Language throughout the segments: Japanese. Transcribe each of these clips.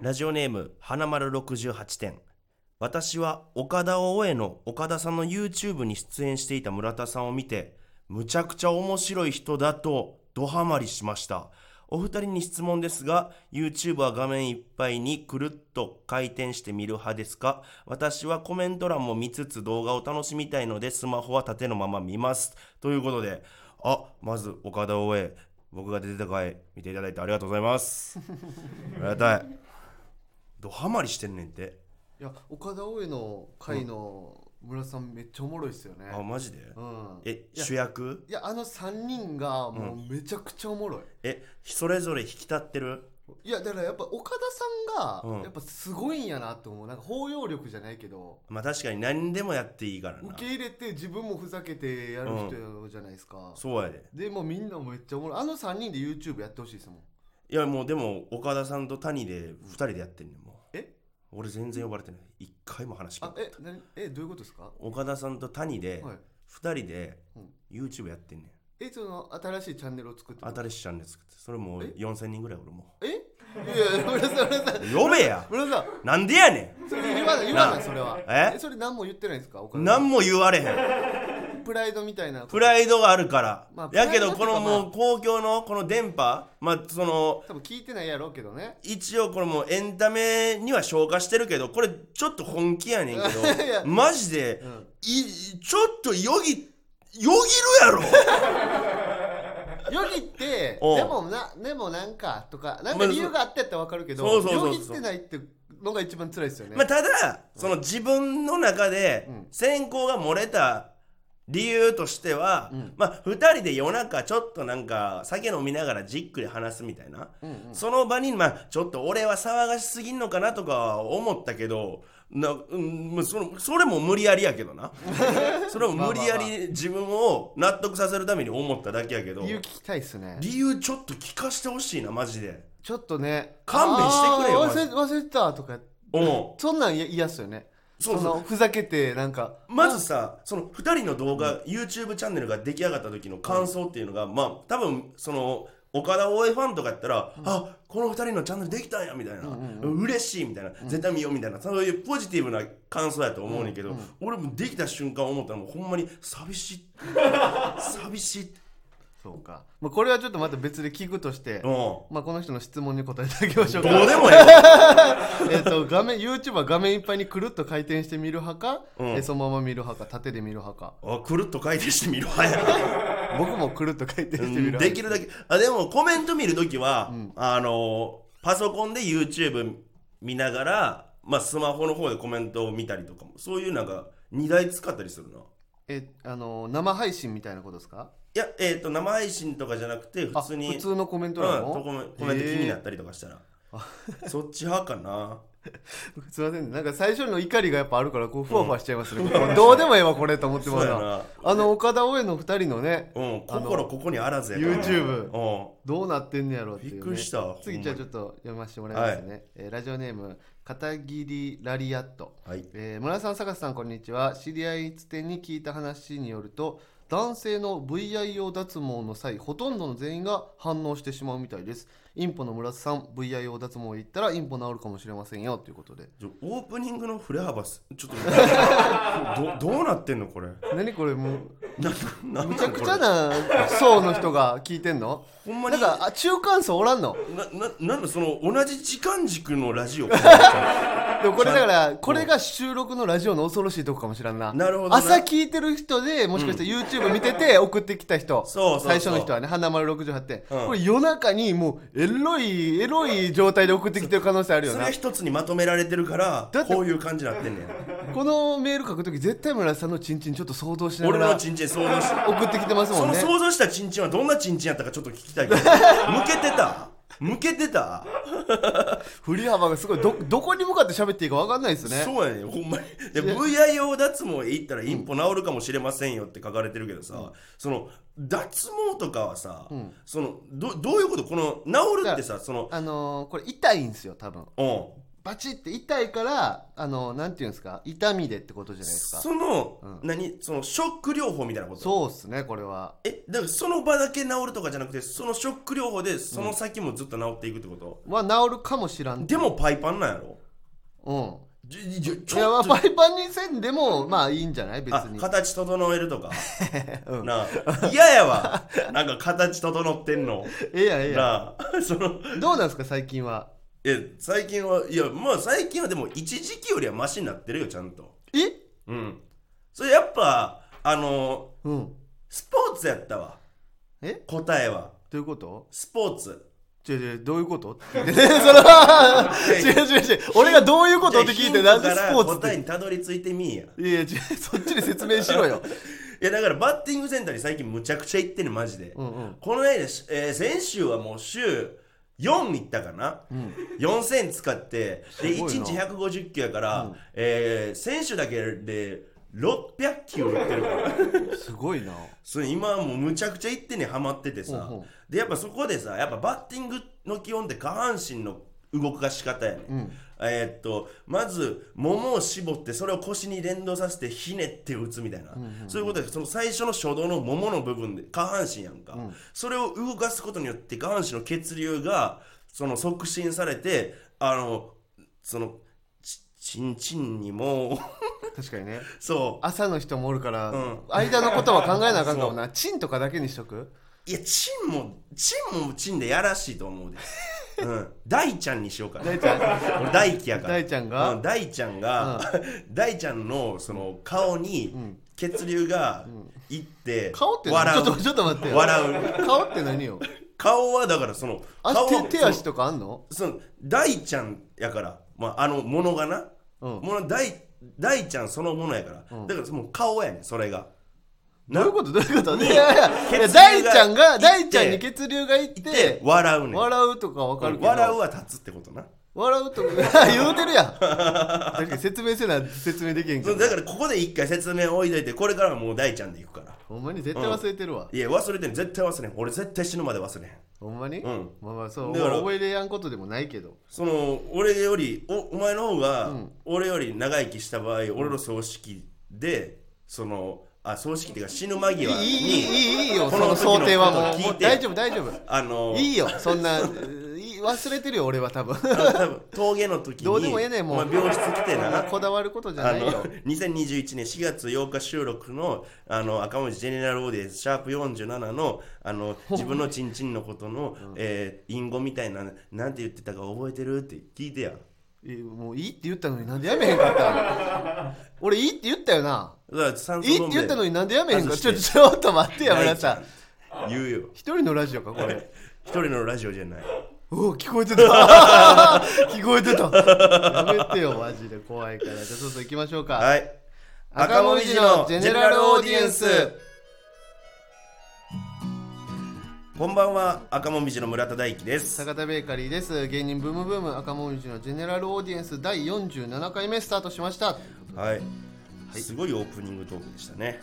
ラジオネーム花丸68点私は岡田大江の岡田さんの YouTube に出演していた村田さんを見てむちゃくちゃ面白い人だとドハマりしましたお二人に質問ですが YouTube は画面いっぱいにくるっと回転して見る派ですか私はコメント欄も見つつ動画を楽しみたいのでスマホは縦のまま見ますということであまず岡田大江僕が出てた回見ていただいてありがとうございますありがたいドハマりしてんねんていや岡田大江の会の村さんめっちゃおもろいっすよねあマジでうんえいや主役いやあの3人がもうめちゃくちゃおもろい、えそれぞれ引き立ってるいやだからやっぱ岡田さんうんがやっぱすごいんやなと思うなんか包容力じゃないけどまあ確かに何でもやっていいからな受け入れて自分もふざけてやる人じゃないですか、そうやででもうみんなもめっちゃおもろいあの3人で YouTube やってほしいですもんいやもうでも岡田さんと谷で2人でやってんねんもうえ俺全然呼ばれてない一回も話聞あいえたなえどういうことですか岡田さんと谷ではい2人でうん YouTube やってんねんえその新しいチャンネルを作ってこと新しいチャンネル作ってそれもうえ4000人ぐらい俺もえいやいや村さん村さん呼べや村さんなんでやねそれ言わない言わなないそれはえそれ何も言ってないんですかおん金何も言われへんプライドみたいなプライドがあるから、まあやけどプこライドのっていうかもう公共のこの電波まあその多分聞いてないやろうけどね一応これもうエンタメには消化してるけどこれちょっと本気やねんけ いやどマジで、うんいちょっとよぎよぎるや ろよぎっておうでもなでもなんかとかなんまかあ理由があってやったらわかるけどそうそうそうそうよぎってないってのが一番辛いですよね、まあただその自分の中でうん選考が漏れた理由としては、うんまあ2人で夜中ちょっとなんか酒飲みながらじっくり話すみたいな、うんうんその場に、まあ、ちょっと俺は騒がしすぎんのかなとかは思ったけど、なうん、まあそのそれも無理やりやけどな。それも無理やまあまあり自分を納得させるために思っただけやけど理、由聞きたいですね理由ちょっと聞かしてほしいな、マジで。ちょっとね勘弁してくれよあー忘れ忘れてたとかうん。そんなんい嫌っすよねそうそうのふざけてなんかまずさ、その2人の動画、YouTube チャンネルが出来上がった時の感想っていうのが、まあ、多分、その、岡田大江ファンとかやったら、あこの2人のチャンネルできたんやみたいな、嬉しいみたいな、絶対見ようみたいな、そういうポジティブな感想やと思うねんけど、俺もできた瞬間思ったのもうほんまに寂し い。寂しい。そうか、まあ、これはちょっとまた別で聞くとして、うん。どまあ、この人の質問に答えていただきましょううかでもいいわ。 えっと画面 YouTube は画面いっぱいにくるっと回転して見る派か、うんえーそのまま見る派か縦で見る派かあくるっと回転してみろ、早く。僕もくるっと回転してうみるん派できるだけあでもコメント見るときは、あのパソコンで YouTube 見ながら、まあ、スマホの方でコメントを見たりとかもそういうなんか2台使ったりするないえあの生配信みたいなことですかやえっ、と生配信とかじゃなくてあ普通に普通のコメントうんなとの、コメコメント気になっえたりとかしたら、そっち派か なーすいませんなんか最初の怒りがやっぱあるからこうふわふわしちゃいます ね、もうどうでもええわこれと思ってまそうすやなあの岡田大江の2人のねうん心ここにあらずやから YouTube うんどうなってんのやろうっていう、ね、びっくりしたわほんま次にじゃあちょっと読ませてもらいますね、えーラジオネーム片桐ラリアットはいえー村井さん、坂瀬さん、こんにちは。知り合いつてに聞いた話によると、男性の VIO 脱毛の際、ほとんどの全員が反応してしまうみたいです。インポの村瀬さん、VIO 脱毛行ったらインポ治るかもしれませんよということで。ちょオープニングの振れ幅すちょっ とどどうなってんのこれ何これもう、ななむちゃくちゃなな層の人が聞いてんのほんまなにんか、あ中間層おらんのな、な、なんだその、同じ時間軸のラジオでもこれだから、これが収録のラジオの恐ろしいとこかもしれんな。なるほどな朝聞いてる人で、もしかしたら YouTube 見てて送ってきた人。そうそうそう最初の人はね、花丸68点。うんこれ夜中にもう、エロい、エロい状態で送ってきてる可能性 あるよそれなが。一つにまとめられてるからだっ、てこういう感じになってんねん。このメール書くとき、絶対村井さんのチンチンちょっと想像しなが俺のらチンチン想像して。送ってきてますもそんのね。想像したチンチンはどんなチンチンやったかちょっと聞きたいけど。向けてた向けてた、振り幅がすごい、ど、どこに向かって喋っていいか分かんないですね。そうやねんほんま に。で、VIO 脱毛へ行ったら一歩治るかもしれませんよって書かれてるけどさ、その、脱毛とかはさ、その、ど、どういうことこの、治るってさ、その、あのー、これ痛いんですよ、多分。うん。バチって痛いからあのなんていうんですか痛みでってことじゃないですかその、うん何そのショック療法みたいなことそうっすねこれはえだからその場だけ治るとかじゃなくてそのショック療法でその先もずっと治っていくってこと、は治るかもしらんでもパイパンなんやろうんじじじちいやまょあっとパイパンにせんでもまあいいんじゃない別あに形整える とかうんなあ嫌やわなんか形整ってんのええやんええやなあ そのんどうなんですか最近はえ最近はいやまあ最近はでも一時期よりはマシになってるよちゃんとえうんそれやっぱあのうんスポーツやったわえ答えはどういうことスポーツ違う違うどういうこ とって聞いてそれは違う違う違う俺がどういうことって聞いてじゃなあんでヒントスからポーツって答えにたどり着いてみいやいやいや違うそっちで説明しろよいやだからバッティングセンターに最近むちゃくちゃ行ってるマジで、うんうんこの間、しえー先週はもう週4行ったかな、4000使ってで1すごいな日150球やから、えー先週だけで600球打ってるからすごいなそれ今はもうむちゃくちゃ行ってねハマっててさ、うんうんでやっぱそこでさやっぱバッティングの基本って下半身の動かし方やね、んえーっとまずももを絞ってそれを腰に連動させてひねって打つみたいな、そういうことでその最初の初動のももの部分で下半身やんか、それを動かすことによって下半身の血流がその促進されてあのそのちちんちんにも 確かにねそう朝の人もおるから、うん間のことは考えなあかんかもなチンとかだけにしとくいや、チンも、チンもチンでやらしいと思うで。うん、大ちゃんにしようかな。大ちゃん俺大輝やから。大ちゃんがうん大ちゃんが、 大ちゃんのその顔に血流がいって、顔って何ち笑ょっとちょっと待ってう。笑う。顔って何よ顔はだからその、あ顔は手手足とかあんのその大ちゃんやから、まあ、あのものがな、うんもの大大ちゃんそのものやから、だからその顔やねんそれがどういうことどういうこといやい血やい流がや大ちゃんいっがて大ちゃんに血流がいってで笑うねん笑うとかわかるけど笑うは立つってことな笑うと か言うてるやん確かに説明せな説明できへんけそうどだからここで一回説明置いといてこれからはもう大ちゃんでいくからほんまに絶対忘れてるわ、いや忘れてん絶対忘れん俺絶対死ぬまで忘れへんほんまに、んまあまあそうだから覚えれやんことでもないけどその俺よりおお前の方が俺より長生きした場合、俺の葬式でそのあ葬式っていうか死ぬ間いい際にいいいいいいよこそのの想定はも時うのこと聞もいうて大丈夫大丈夫あのいいよそんないい忘れてるよ俺 は多分あの多分峠の時にどうでもええねんもうお前病室来てそんななこだわることじゃあないのよ2021年4月8日収録のあの赤文字ジェネラルオーディエンスシャープ47のあの自分のチンチンのこと の、えー、隠語みたいななんて言ってたか覚えてるって聞いてやいやもういいって言ったのになんでやめへんかったの俺いいって言ったよなだから酸い素いっボてンベ言ったのになんでやめへんか外しちょてちょっと待ってや村さん言うよ一人のラジオかこれ一人のラジオじゃないおお聞こえてた 聞こえてたやめてよマジで怖いからじゃあそろそろ行きましょうか、はい赤もみじのジェネラルオーディエンスこんばんは赤もみじの村田大樹です坂田ベーカリーです芸人ブームブーム赤もみじのジェネラルオーディエンス第47回目スタートしましたはい、すごいオープニングトークでしたね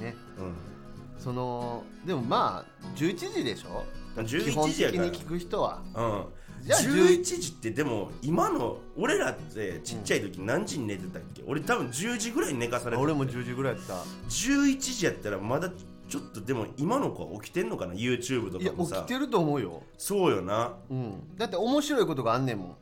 ねうんそのでもまあ11時でしょ基11本時的やからに聞く人はうん、じゃあ11時ってでも今の俺らってちっちゃい時何時に寝てたっけ、俺多分10時ぐらいに寝かされて俺も10時ぐらいやった11時やったらまだちょっとでも今の子は起きてんのかな YouTube といやかも起きさてると思うよ、そうよなうん、だって面白いことがあんねんもん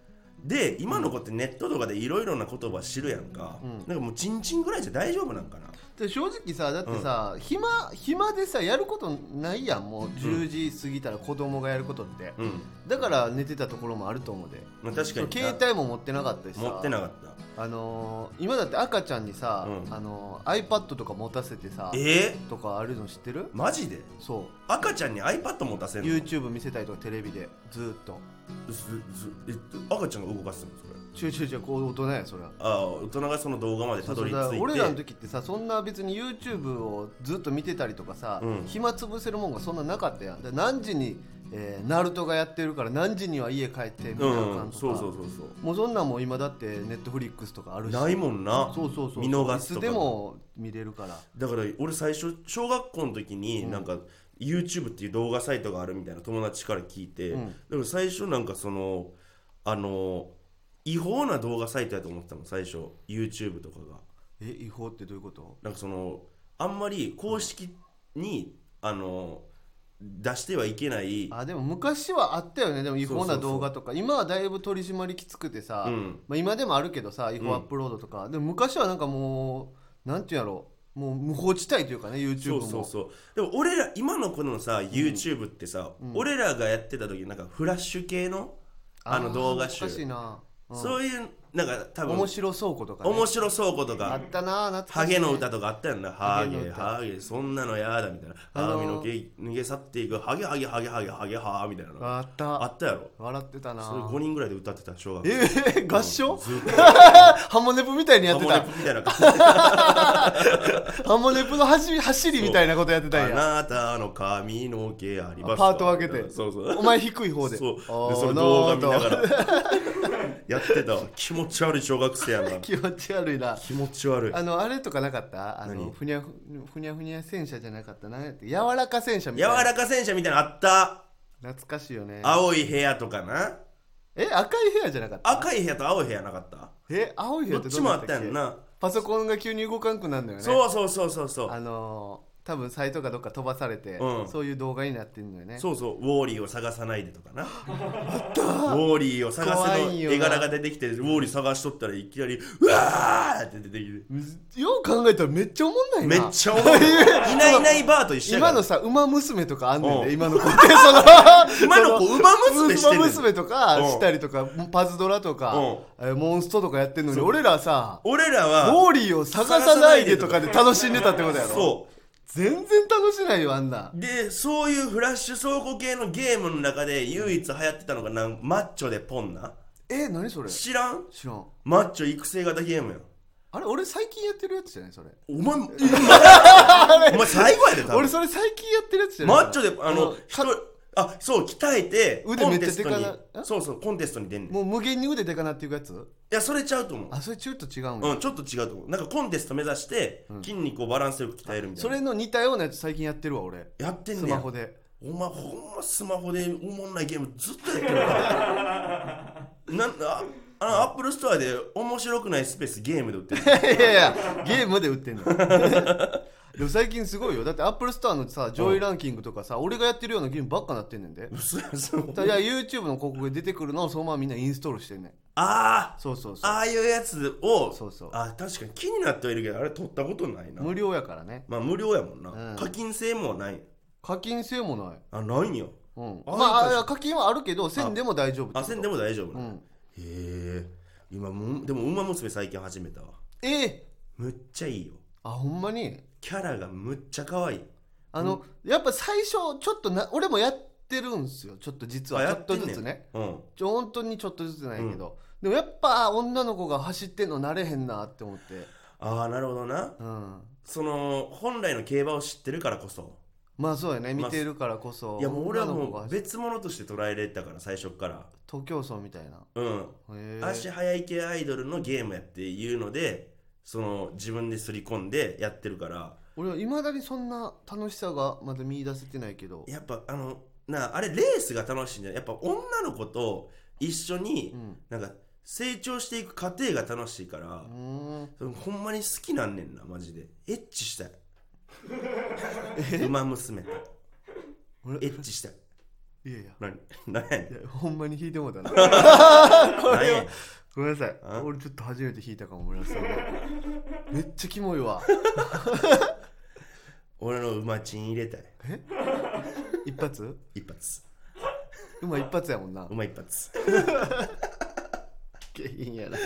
で今の子ってネットとかでいろいろな言葉知るやんか、なんかもうチンチンぐらいじゃ大丈夫なんかなで正直さだってさ、暇暇でさやることないやんもう10時過ぎたら子供がやることって、うん、だから寝てたところもあると思うでまあ、確かそうに携帯も持ってなかったしさ持ってなかったあのー今だって赤ちゃんにさ、うんあのー iPad とか持たせてさえとかあるの知ってるー、マジでそ赤ちゃんに iPad 持たせうるの YouTube 見せたりとかテレビでずーっとずずえっと赤ちゃんが動かすのそれちゅうちゅうちゅうこう大人やそりゃああ大人がその動画までたどり着いそうそうだて俺らの時ってさそんな別に YouTube をずっと見てたりとかさ、うん暇潰せるもんがそんななかったやんだから何時に、えーナルトがやってるから何時には家帰ってみたいなう感んじとか、そうそうそうそうもうそんなんも今だってネットフリックスとかあるしないもんなそうそうそう見逃すといつかでも見れるからだから俺最初小学校の時になんか YouTube っていう動画サイトがあるみたいな友達から聞いて、うんでも最初なんかそのあの違法な動画サイトやと思ってたの最初 YouTube とかがえ違法ってどういうことなんかそのあんまり公式に、あの出してはいけないあでも昔はあったよねでも違法そうなそうそう動画とか今はだいぶ取り締まりきつくてさ、うんまあ、今でもあるけどさ違法アップロードとか、でも昔はなんかもうなんていうんやろうもう無法地帯というかね YouTube そうそもうそうでも俺ら今のこのさ YouTube ってさ、俺らがやってた時なんかフラッシュ系のあのー動画集懐かしいな、うんそういうなんか多分面白倉庫とか、ね、面白倉庫とあかったな懐かハしい、ね、ゲの歌とかあったやんな。ハハゲゲ、の歌ハゲ、そんなのやだみたいな。あの髪ーの毛逃げ去っていく、ハゲハゲハゲハゲハゲハーみたいなの。あったあったやろ。笑ってたなそれ5人ぐらいで歌ってた、小学校。えー、 合唱ずっとハモネプみたいにハやってモネたプみたいな感じで。ハモネプの走り走りみたいなことやってたあんやなたの髪の毛ありますかパート分けてそうそう。お前低い方でそう。で、あーそれ動画見ながなら やってたわ。気持ち悪い小学生やなー。 気持ち悪いな気持ち悪い。 あのあれとかなかったあの何ふにゃふふにゃふにゃ戦車じゃなかったなんやって柔らか戦車み柔たいならか戦車みたいなのあった。懐かしいよね青い部屋とかな。え赤い部屋じゃなかった赤い部屋と青い部屋なかった。え青い部ど屋っってちうもなあったやけんな。パソコンが急に動かんくなるのよねそうそうそうそうそう。あのー多分サイトがどっか飛ばされて、うんそういう動画になってんのよねそうそうウォーリーを探さないでとかなウォーリーを探怖せのいよな絵柄が出てきてウォーリー探しとったらいきなりうわーって出てきてよう考えたらめっちゃおもんないなめっちゃおもろいいないいないバーと一緒やか 今らのさ馬娘とかあんねんうでん今の子 ってその今の子そ馬娘して馬る娘とかうんしたりとかパズドラとかえーモンストとかやってんのに俺らさ俺らウォはーリーを探さないでとかで楽しんでたってことやろそ全然楽しないよあんなうでそういうフラッシュ倉庫系のゲームの中で唯一流行ってたのがなんマッチョでポンなえ何それ知知らんらんマッチョ育成型ゲームやんあれ俺最近やってるやつじゃないそれお前、 お前最後やで多分俺それ最近やってるやつじゃないマそれッチョであの人あそう鍛えて腕コめンっちテゃスでトかになえそうそうコンテストに出んねんいもう無限に腕でかなっていくやつやそれちゃうと思うあそれちょっと違うんやうんちょっと違うと思うなんかコンテスト目指して筋肉をバランスよく鍛えるみたいそな、れの似たようなやつ最近やってるわ俺やってんスねんマホでお前ほんまスマホでおもんないゲームずっとやってるか らなんああのアップルストアで面白くないスペースゲームで売ってるいやいやゲームで売 ってんのでも最近すごいよだってアップルストアのさ上位ランキングとかさ俺がやってるようなゲームばっかなってんねんで嘘やそうただ YouTube の広告で出てくるのをそのままみんなインストールしてんねん あーそうそうそああいうやつをそうそうあ確かに気になってはいるけどあれ取ったことないうな無料やからねまあ無料やもんな、うん課金制もない課金制もないあないんやうんあまあああ課金はあるけどせんでも大丈夫ってことあせんでも大丈夫うな、へんえ今もうでも「ウマ娘」最近始めたわえーむっちゃいいよあほんまにキャラがむっちゃ可愛いあの、やっぱ最初ちょっとな俺もやってるんですよちょっと実はあちやょっってとんねんずつねうんちょ本当にちょっとずつないけど、でもやっぱ女の子が走ってんの慣れへんなって思ってああなるほどなうんその本来の競馬を知ってるからこそまあそうやね見てるからこそ、いやもう俺は女の子もがう走っ別物として捉えれたから最初っから徒競走みたいなうんへえ足早い系アイドルのゲームやっていうのでその自分ですり込んでやってるから俺はいまだにそんな楽しさがまだ見出せてないけどやっぱあのなああれレースが楽しいんじゃないやっぱ女の子と一緒にうんなんか成長していく過程が楽しいからう、ーんそのほんまに好きなんねんなマジでエッチ したいウマ娘とエ俺ッチしたいいやいや何何やねんいやほんまに引いてもうた な こ何れやねはんごめんなさいあ俺ちょっと初めて引いたかも村瀬さん めっちゃキモいわ俺のウマチン入れたい一発一発今一発やもんなウマ一発いいんやな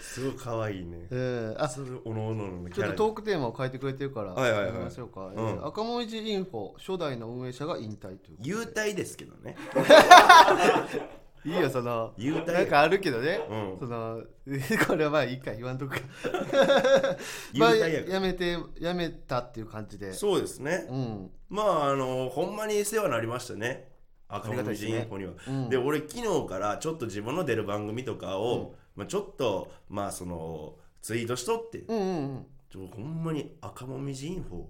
すごい可愛いねうんあそれおのおののキちょャっラとトークテーマを変えてくれてるから、はいはいはいやりましょうか、んえー赤文字インフォ初代の運営者が引退ということで幽体ですけどねいいよその幽体なんかあるけどね、うんその これはまあいいか言わんとくかまあ幽体ややからやめてやめたっていう感じでそうですねうんまああのほんまに世話になりましたね赤りがた文いです字ねインフォにはで,、うん俺昨日からちょっと自分の出る番組とかを、まあ、ちょっとまあそのツイートしとって、うんうんうんちょほんまに赤もみじインフォめっ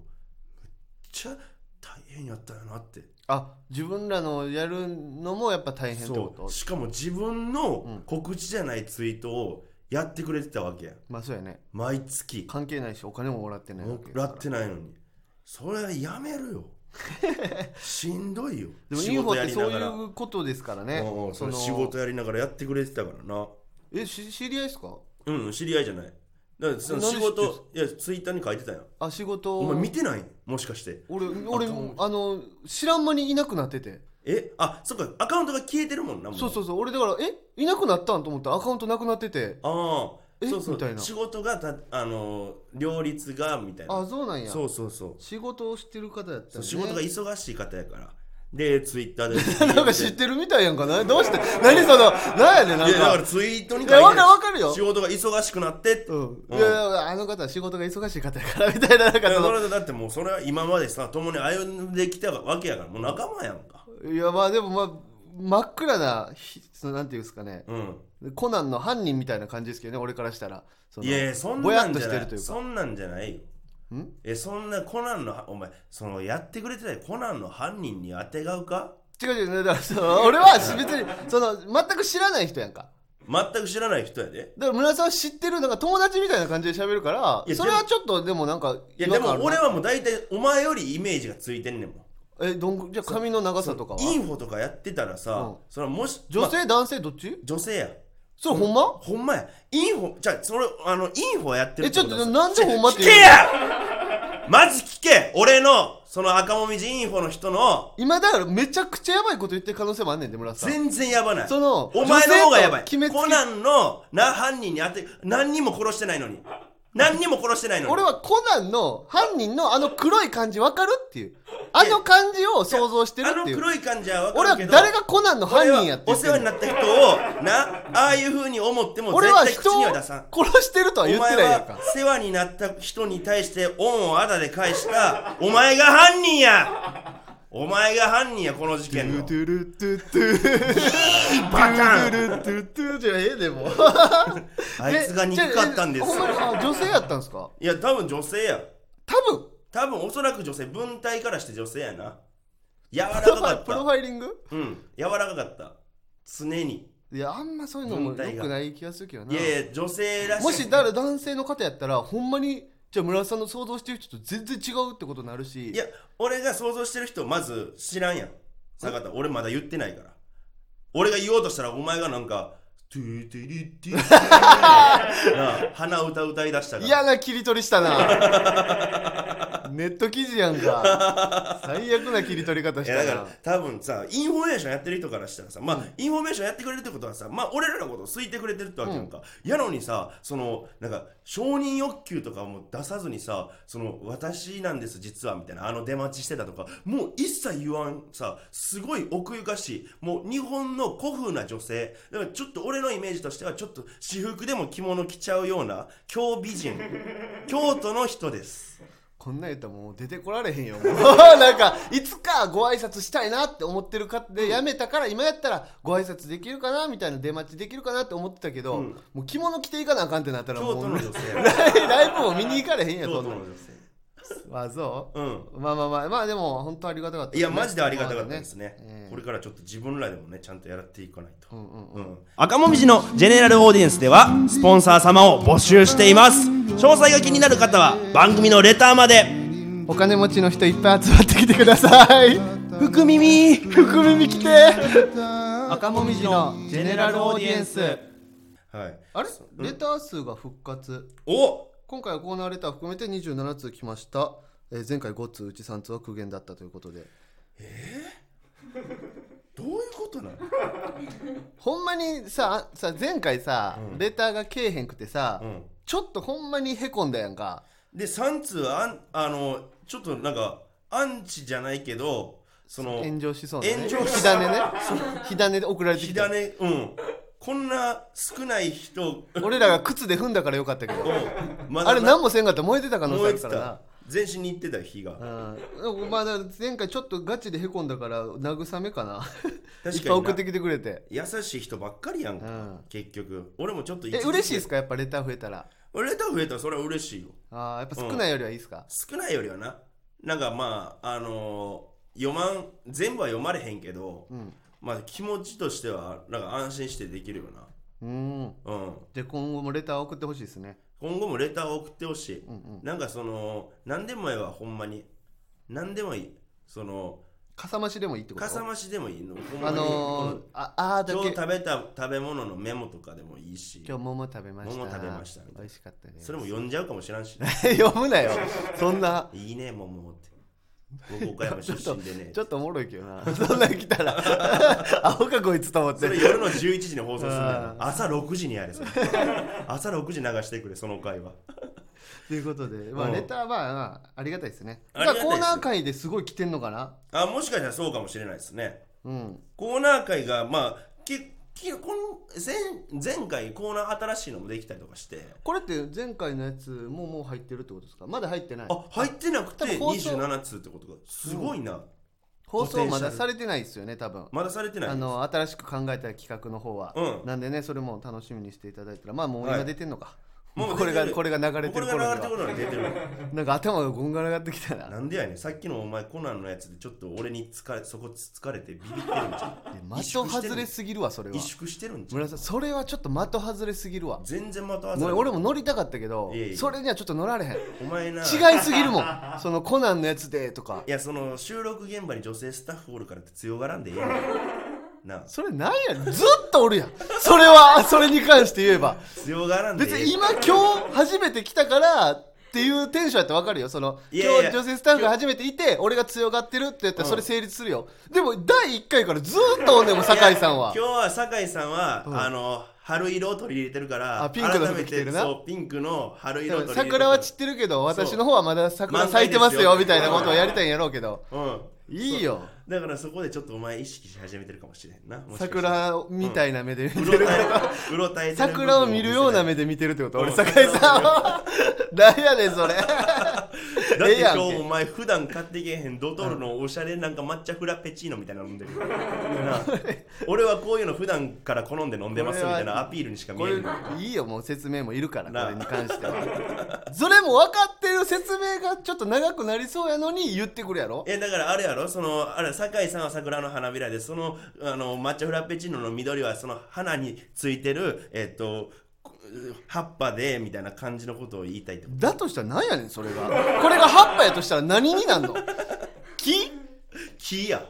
ちゃ大変やったよなってあ自分らのやるのもやっぱ大変ってこそとうしかも自分の告知じゃないツイートをやってくれてたわけやまあそうやね毎月関係ないしお金ももらってないわもけやらからってないのにそれやめる よしんどいよでもイ仕ンフ事ォっやてりそうながらいうことですからねうんうんそそれの仕事やりながらやってくれてたからなえし知り合いですかうん知り合いじゃないだからそのなんで仕知ってん事いやツイッターに書いてたやんあ仕事お前見てないんもしかして俺俺アカウンあの知らん間にいなくなっててえあそっかアカウントが消えてるもんなもそうそうそう俺だからえいなくなったんと思ったらアカウントなくなっててああえそうそうみたいな仕事がたあの両立がみたいあなそうなんやそうそうそう仕事をしてる方やっそたら、うね、仕事が忙しい方やからでツイッターで なんか知ってるみたいやんかなどうして 何その何やねんないんやだからかツイートにい書いてやわかるわかるよ仕事が忙しくなってって、うんうんいやいやあの方は仕事が忙しい方やからみたいななんだかからそそのれだってもうそれは今までさ共に歩んできたわけやからもう仲間やんかいやまあでもまあ真っ暗なひそのなんていうんですかねうんコナンの犯人みたいな感じですけどね俺からしたらそのいやいやそんぼやなっんとじしゃてなるといいうかそんなんじゃないよんえそんなコナンのお前そのやってくれてないコナンの犯人にあてがうか違う違うだからその 俺は別にその全く知らない人やんか全く知らない人やでだから村さんは知ってるなんか友達みたいな感じで喋るかいらやそれはちょっとでもなんかいや違で和感もあるな俺はもう大体お前よりイメージがついてんねんもんえどんぐじゃあ髪の長さとかはインフォとかやってたらさ、うんそれはもし女まあ性、男性どっち女性やそれほんまほんまやインフォじゃあそれあのインフォやってるえちょっことはとさなんでほんまっ聞てけ言うのやまず聞け俺のその赤もみじインフォの人の今だからめちゃくちゃやばいこと言ってる可能性もあんねんで村さん全然やばないそのお前の方がやばい女性と決めつけコナンのな犯人に当て何人も殺してないのに何人も殺してない のに俺はコナンの犯人のあの黒い感じわかるっていうあの感じを想像してるあっのていう黒い感じは分俺かはるけど誰がコナンの犯人やって俺はお世言ってん話にのなった人をなああいうふうに思っても俺絶は対口人には出さんを殺してるとはお言って前ないやん はか世話になった人に対して恩をあだで返したお前が犯人やお前が犯人やこの事件のトゥルトゥトゥバカトンゥルトゥトゥじゃええでも あいつが憎かったんですえほんまにあ女性やったんですかいや多分女性や多分多分おそらく女性文体からして女性やな柔らプロ かか ファっプロフたァイリングうん柔らかかった常にいやあんまそういうのも文体良がくない気がするけどないやいや女性らしいもしだから男性の方やったらほんまにじゃあ村田さんの想像してる人と全然違うってことになるしいや俺が想像してる人まず知らんやん坂田俺まだ言ってないから俺が言おうとしたらお前がなんか「トゥーティリティ」 なあ鼻歌歌いだしたから嫌な切り取りしたな ネット記事やんか最悪な切り取り方しいやただからな多分さインフォメーションやってる人からしたらさまあ、インフォメーションやってくれるってことはさまあ俺らのことを好いてくれてるってわけやんか、やのにさそのなんか承認欲求とかも出さずにさその私なんです実はみたいなあの出待ちしてたとかもう一切言わんさすごい奥ゆかしいもう日本の古風な女性だからちょっと俺のイメージとしてはちょっと私服でも着物着ちゃうような京美 人京都の人ですこんなん言ったらもう出てこられへんよも うなんかいつかご挨拶したいなって思ってるかでやめたから今やったらご挨拶できるかなみたいな出待ちできるかなって思ってたけど、うんもう着物着ていかなあかんってなったら京も都うの ラ イ女性ブも見に行かれへんや京都そんなのん女性まあそううんまあまあまあまあでも本当ありがたかったいやマジでありがたかったですねここまでねええこれからちょっと自分らでもねちゃんとやっていかないと、うんうんうんうん赤もみじのジェネラルオーディエンスではスポンサー様を募集しています詳細が気になる方は番組のレターまでお金持ちの人いっぱい集まってきてください福耳福耳来て赤もみじのジェネラルオーディエンスはいあれレター数が復活お今回はコーナーレター含めて27通来ました、えー前回5通うち3通は苦言だったということでどういうことなのほんまにさあさ前回さ、レターがけえへんくてさ、んちょっとほんまにへこんだやんかで3通あんあのちょっとなんかアンチじゃないけどその炎上しそうな、ね、炎上し火種 ね火種で送られて火きた種うんこんな少ない人を俺らが靴で踏んだからよかったけどまあれな何もせんかったら燃えてた可能性燃あえるてからたな全身に行ってた火がうん、まあだから前回ちょっとガチでへこんだから慰めかな確かにないっぱい送ってきてくれて優しい人ばっかりやんか、うん結局俺もちょっとえ嬉しいですかかやっぱレター増えたらレター増えたらそれは嬉しいよあーやっぱ少ないよりはいいですか、少ないよりはななんかまああの読まん全部は読まれへんけど、うんまあ気持ちとしてはなんか安心してできるようなんうんで今後もレター送ってほしいですね今後もレターを送ってほしい、うんうんなんかその何でもええわほんまに何でもいいそのかさ増しでもいいってことかさ増しでもいいのほんまあに、のーうんああーだ今日け食べた食べ物のメモとかでもいいし今日桃食べました桃食べましたみたいな美味しかったねそれも読んじゃうかもしらんし 読むなよそ んないいね桃って僕岡山出身でねちょっとおもろいけどなそんなん 来たら青かこいつと思っそれて夜の11時に放送するんだような朝6時にやれ それ朝6時流してくれその回はということで、まあ、うんレターは、まあ、ありがたいですねありがたいですコーナー会ですごい来てんのかなあもしかしたらそうかもしれないですねうんコーナー会がまあききこの前前回コーナー新しいのもできたりとかしてこれって前回のやつもうもう入ってるってことですかまだ入ってないあ入ってなくて多分放送27通ってことかすごいな、放送まポだテンシャルされてないですよね多分まだされてないあの新しく考えた企画の方は、うんなんでねそれも楽しみにしていただいたらまあもうは今い出てんのか、もう これが出てるこれが流れてる頃にこれが流れてるは頃に出てるなんか頭がゴンガラがってきたな なんでやねんさっきのお前コナンのやつでちょっと俺に疲れそこつ疲れてビビってるんじゃで萎的縮してる外れすぎるわそれんは萎縮してるんじゃん村田さんそれはちょっと的外れすぎるわ全然またわもう俺も乗りたかったけどいやいやそれにはちょっと乗られへんお前な違いすぎるもんそのコナンのやつでとかいやその収録現場に女性スタッフおるからって強がらんでええ やんなあそれなんやずっとおるやんそれはそれに関して言えば強がらんでえ別えに今今日初めて来たからっていうテンションやったら分かるよそのいやいや今日女性スタッフが初めていて俺が強がってるって言ったらそれ成立するよ、でも第1回からずっとおんねんもん酒井さんは今日は酒井さんは、あの春色を取り入れてるからあピンクの服改めて着てるなそうピンクの春で色をも取り入れてる桜は散ってるけど私の方はまだ桜咲いてますよ満開みですよたいなことをやりたいんやろうけどうんいいよだからそこでちょっとお前意識し始めてるかもしれんなもしかしたら桜みたいな目で見てうるろたえうろたえてる部分桜を見るような目で見てるってこと俺酒井 さんは何やねんそれだっえてえや今ん日けお前普段買ってけえへんドトールのおしゃれなんか抹茶フラペチーノみたいなの飲んでるよなあ俺はこういうの普段から好んで飲んでますみたいなアピールにしか見こえれんのいいよもう説明もいるからなあこれに関してはそれも分かってる説明がちょっと長くなりそうやのに言ってくるやろえだからあれやろそのあれ酒井さんは桜の花びらでそのあの抹茶フラペチーノの緑はその花についてるえっとこ葉っぱでみたいな感じのことを言いたいってこだとしたら何やねんそれがこれが葉っぱやとしたら何になんの木と木や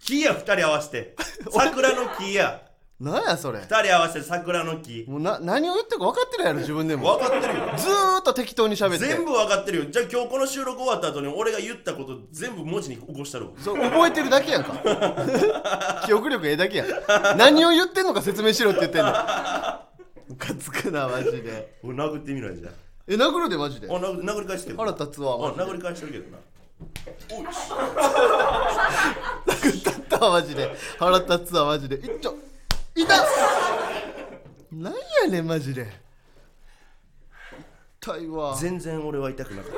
木や2人合わせて桜の木や何やそれ2人合わせて桜の木もうな何を言ってるか分かってるやろ自分でも分かってるよずーっと適当に喋って全部分かってるよじゃあ今日この収録終わった後に俺が言ったこと全部文字に起こしたろそう覚えてるだけやんか 記憶力ええだけやん何を言ってんのか説明しろって言ってんのムカつくなマジで俺殴ってみろよじゃえ殴るでマジでああ殴殴り返してる腹立つわあマジで殴り返してるけどなおいし殴ったったわマジで腹立つわマジでいっちょいたっなんやねんマジで痛いわ全然俺は痛くなかっ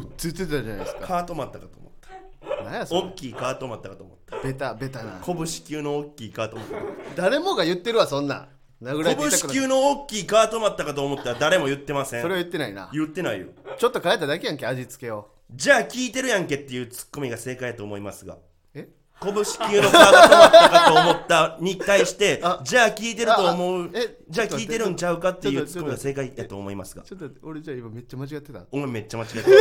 うっつってたじゃないですたかカートマったかと思ったなんやそ大れきいカートマったかと思ったベタベタな拳級の大きいカートマった誰もが言ってるわそんなん殴られて痛く拳なる級の大きいカートマったかと思ったら誰も言ってませんそれは言ってないな言ってないよちょっと変えただけやんけ味付けをじゃあ聞いてるやんけっていうツッコミが正解だと思いますがえ拳級のカード止まったかと思ったに対してあじゃあ聞いてると思あうあえじゃあ聞いてるんちゃうかっていちょうっとツッコミが正解やと思いますがちょっと待って俺じゃあ今めっちゃ間違ってたお前めっちゃ間違えてる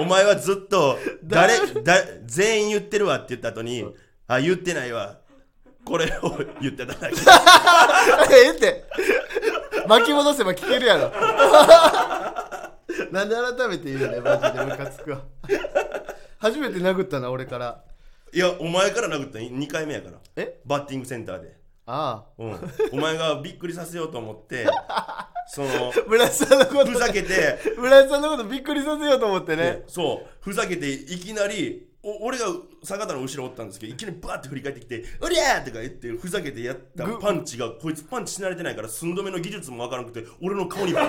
お前はずっと誰だ全員言ってるわって言った後にあ言ってないわこれを 言ってただけええって巻き戻せば聞けるやろ なんで改めて言うねんマジでムカつくわ初めて殴ったな俺からいやお前から殴った2回目やからえバッティングセンターで、あうん、お前がびっくりさせようと思ってそのあ村田さんのことふざけて村田さんのことびっくりさせようと思ってねそうふざけていきなりお俺が坂田の後ろおったんですけどいきなりバーって振り返ってきて「うりゃー!」とか言ってふざけてやったぐパンチがこいつパンチし慣れてないから寸止めの技術もわからなくて俺の 顔にバ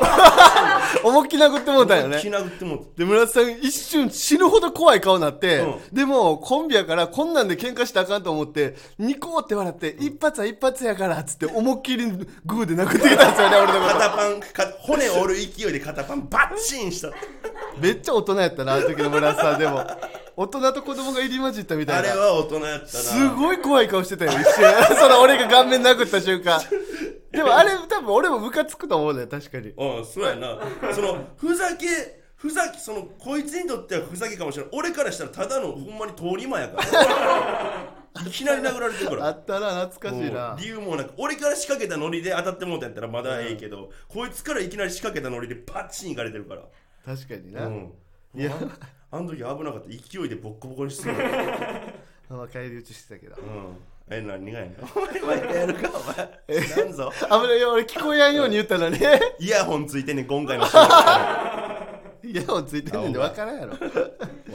思いっきり殴ってもうたんよッねき殴ってもうで村田さん一瞬死ぬほど怖い顔になって、うでもコンビやからこんなんで喧嘩したらあかんと思ってニコって笑って一発は一発やからっつって思いっきりグーで殴ってきたんですよね俺のこと肩パンか骨折る勢いで肩パンバッチンしためっちゃ大人やったなあの時の村田さんでも大人と子供が入り混じったみたあいれなは大人やったなすごい怖い顔してたよ一 瞬その俺が顔面殴った瞬間でもあれ多分俺もムカつくと思うんだよ確かにうん、そうやな。その、ふざけ、ふざけ、その、こいつにとってはふざけかもしれない。俺からしたらただの、ほんまに通り魔や から。いきなり殴られてるかあら。ったな懐かしいもなう理由もなく俺から仕掛けたノリで当たってもうたんやったらまだええけど、こいつからいきなり仕掛けたノリでパッチンいかれてるから確かにな、うんいやあの時危なかった勢いでボッコボコにしてたからまあ返り討ちしてたけど うんえ何がやねんお前はやるかお前 知らんぞ危ないよ俺聞こえやんように言ったのにイヤホンついてんねん今回の人わイヤホンついてんねんで分からんやろ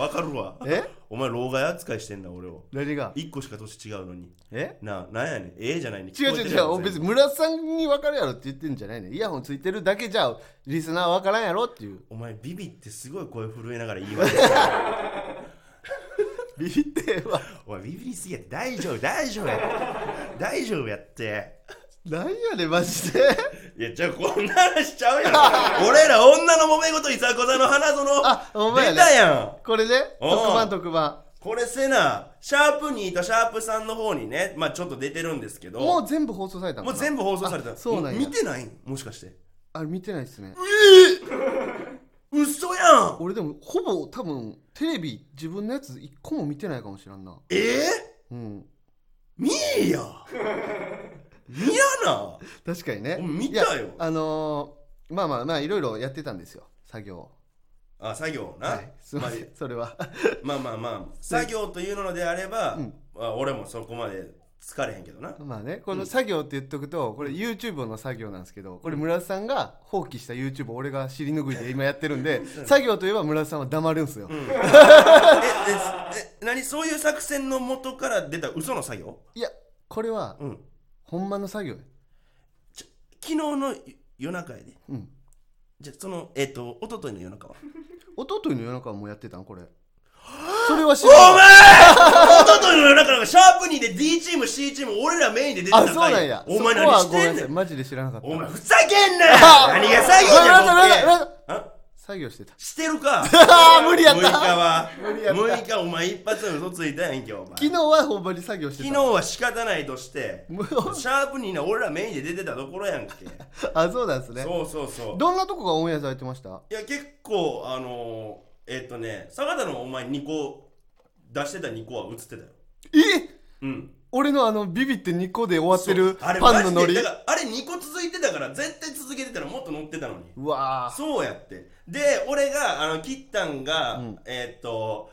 かるわえお前老害扱いしてんだ俺を何が一個しか年違うのにえなあなんやねんええじゃないねん違う違う聞違うこえて別るに村さんに分かるやろって言ってんじゃないねイヤホンついてるだけじゃリスナーは分からんやろっていうお前ビビってすごい声震えながら言い訳してるビビってはお前ビビりすぎやって大丈夫大丈夫 や大丈夫やって何やねんマジ でいやじゃあこんな話しちゃ うやろ俺ら女の揉め事いざこざの花あお園前や出ねたやんこれねおう特番特番これせなシャープ2とシャープ3の方にねまあちょっと出てるんですけどもう全部放送されたのもう全部放送されたあそうなんやみ見てないんもしかしてあれ見てないっすね嘘やん俺でもほぼ多分テレビ自分のやつ一個も見てないかもしらんなえー、うん見えや見やな確かにねうん見たよいやあのーまあまあまあいろいろやってたんですよ作業あ作業な、はいすいませまんそ れはあまあまあまあ作業というのであれば、うんまあ、俺もそこまで疲れへんけどなまあねこの作業って言っとくとこれ YouTube の作業なんですけどこれ村田さんが放棄した YouTube を俺が尻拭いで今やってるんで作業といえば村田さんは黙るんすよ えええ何そういう作戦の元から出た嘘の作業いやこれはうんほんまの作業や昨日の夜中やでうんじゃそのえっ、と一昨日の夜 中は一昨日の夜中はもうやってたん これそれは知おらない前一昨日の夜中なんかシャープ2で D チーム C チーム俺らメインで出てたあ回そうなんやお前そこは何しごめてんんなねさいんマジで知らなかったお前ふざけ んなよ何が作業ごめんじなさいごめんなゃさいんごボケめんなさいあ作業してたしてるかああ 無理やっ6日たは無理やった6日お前一発の嘘ついたやんけお前昨日はほんまに作業して昨た日は仕方ないとしてもうシャープにな俺らメインで出てたところやんけあそうなんですねそうそうそうどんなとこがオンエアされてましたいや結構あのー、えっ、とね坂田のお前2個出してた2個は映ってたよえうん俺のあのビビって2個で終わってるそうあれパンのノマジリでだからあれ2個続いてたから絶対続けてたらもっと乗ってたのにうわーそうやってで俺があのキッタンが、うんえーっと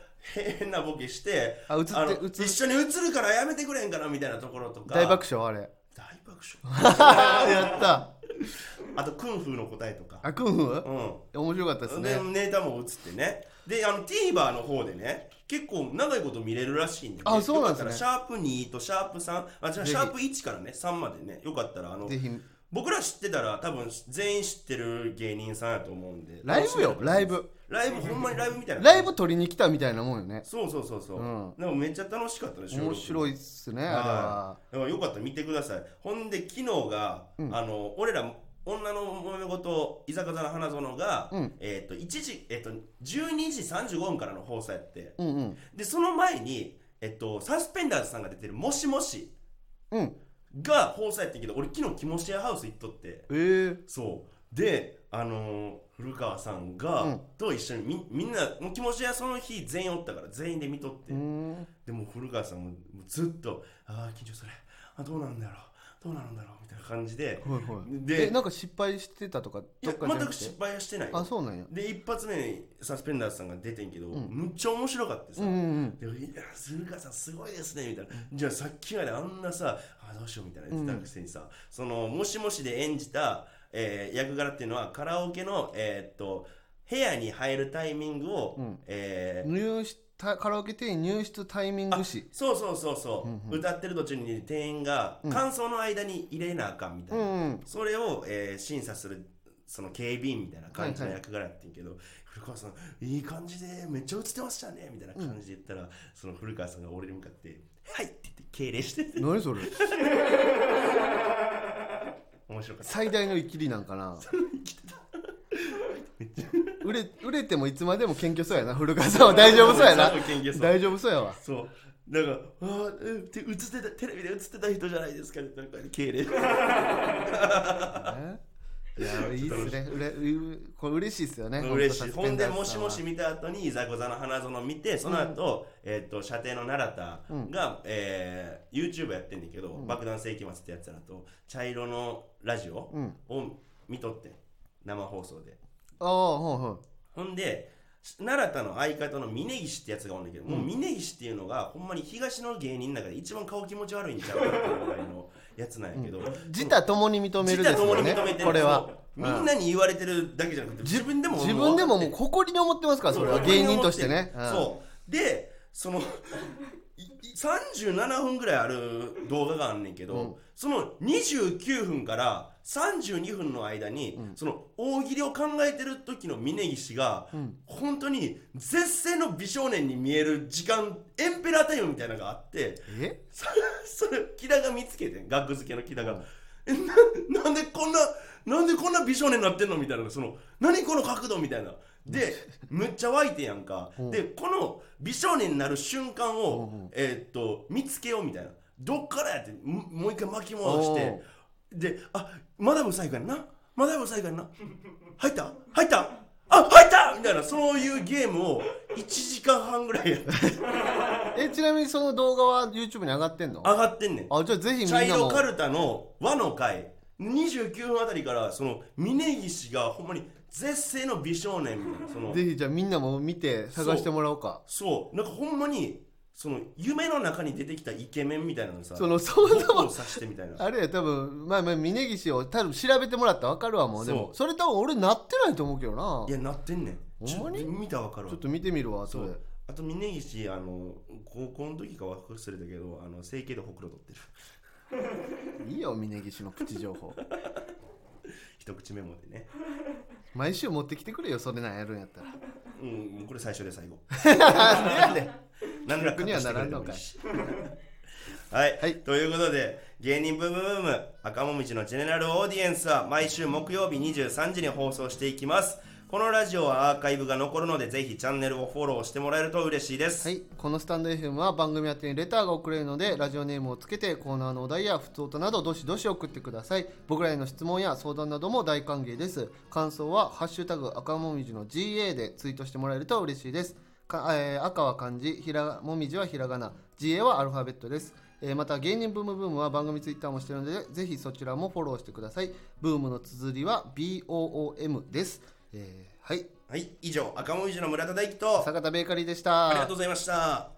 変なボケしてあ映っての映る一緒に映るからやめてくれんかなみたいなところとか大爆笑 あれ大爆やった笑あとクンフーの答えとかあくんふう面白かったですんねでネタも映ってねであの TVer の方でね結構長いこと見れるらしいんで、あそうなんですよかったらねシャープ2とシャープ3あじゃあぜひシャープ1からね3までねよかったらあのぜひ僕ら知ってたら多分全員知ってる芸人さんやと思うんでライブよライブライブほんまにライブみたいなライブ撮りに来たみたいなもんよねそうそうそうそう、うんでもめっちゃ楽しかったでしょ面白いっすねあれははい、だからよかったら見てくださいほんで昨日が、あの俺ら女の揉め事居酒屋の花園が、うんえっ、と1時、えっと12時35分からの放送やってうんうんでその前に、えっとサスペンダーズさんが出てる「もしもしうん」が放送やってんけど俺昨日キモシェアハウス行っとってえー、そうであのー古川さんが、うんと一緒にみみんなもう気持ちやその日全員おったから全員で見とって、うーんでも古川さんももうずっと「ああ緊張するあどうなんだろうどうなるんだろう」みたいな感じではいはいでえなんか失敗してたとかいどやっかじゃな全くくて失敗はしてないよあそうなんやで一発目にサスペンダーズさんが出てんけど、んむっちゃ面白かったさ、うんうんうんでいや古川さんすごいですね」みたいな「じゃあさっきまであんなさあどうしよう」みたいな言ってたくせにさ、その「もしもし」で演じた、えー役柄っていうのはカラオケのえーっと部屋に入るタイミングを、うんえー入室カラオケ店員入室タイミング師そうそうそうそう、うんうん歌ってる途中に店員がうん感想の間に入れなあかんみたういな、んうんそれを、えー審査するその警備員みたいな感じのはいは役柄やってんけど、古川さんいい感じでめっちゃ映ってましたねみたいな感じで言ったら、その古川さんが俺に向かって「はい!」って言って敬礼して て何それ面白かった 最大のイキリなんかな売れ売れてもいつまでも謙虚そうやな古川さんは大丈夫そうやなそう謙虚そう大丈夫そ うやわそうなんか「あーうんって映ってたテレビで映ってた人じゃないですか」ねなんか敬礼いやいいっすねうれうこれ嬉しいっすよね嬉しい本ほ当サんでスペンダーもしズさんもはし見た後にいざこざの花園見てその後、えっと射程の奈良田が、えー YouTube やってんねんけど、爆弾世紀末ってやつらと茶色のラジオうんを見とってん生放送でああほんほんほんで奈良田の相方の峯岸ってやつがおんだけど、もう峯岸っていうのがほんまに東の芸人の中で一番顔気持ち悪いんちゃうかっていうぐらいのやつなんやけど、自他ともに認め自る他です共よにね認めてるこれはそうみんなに言われてるだけじゃなくて自分でも自分でもも分う誇りに思ってますからそれはう芸人としてねそうそうでその いい37分ぐらいある動画があんねんけど、その29分から32分の間に、その大喜利を考えてる時の峯岸が、本当に絶世の美少年に見える時間エンペラータイムみたいなのがあってうんえそ それ木田が見つけてん学付けの木田が「えななんでこんななんでこんな美少年になってんの?」みたいなその「何この角度」みたいな でむっちゃ湧いてやんかでこの美少年になる瞬間をえーっと見つけようみたいなどっからやってむもう一回巻き戻してで「あマダム最後やんなマダム最後やんな入った入ったあ入った!」みたいなそういうゲームを1時間半ぐらいやってえちなみにその動画は YouTube に上がってんの上がってんねんあじゃあぜひみん茶な色もカルタの和の会29分あたりからその峯岸がほんまに絶世の美少年みたいなそのぜひじゃあみんなも見て探してもらおうかそうなんかほんまにその夢の中に出てきたイケメンみたいなのにさそのそのをさしてみ たいなあれや多分まあまあ峯岸を多分調べてもらったら分かるわもうでもそれ多分俺なってないと思うけどないやなってんねんちほんょまに見たらわかるわちょっと見てみるわそれあと峯岸あの高校の時か忘れたけどあの整形でほくろ取ってるいいよ峯岸の口情報一口メモでね毎週持ってきてくれよそれなんやるんやったらうんこれ最初で最後なんでやねん何らかにはならんのかいはい、はいということで芸人ブームブーム赤もみじのジェネラルオーディエンスは毎週木曜日23時に放送していきますこのラジオはアーカイブが残るのでぜひチャンネルをフォローしてもらえると嬉しいです、はい、このスタンド FM は番組宛てにレターが送れるのでラジオネームをつけてコーナーのお題や普通音などどしどし送ってください僕らへの質問や相談なども大歓迎です感想は「ハッシュタグ赤もみじの GA」でツイートしてもらえると嬉しいですか、えー赤は漢字ひらもみじはひらがな GA はアルファベットですえーまた芸人ブームブームは番組ツイッターもしてるのでぜひそちらもフォローしてくださいブームの綴りは BOOM です、えーはいはい以上赤もみじの村田大樹と坂田ベーカリーでしたありがとうございました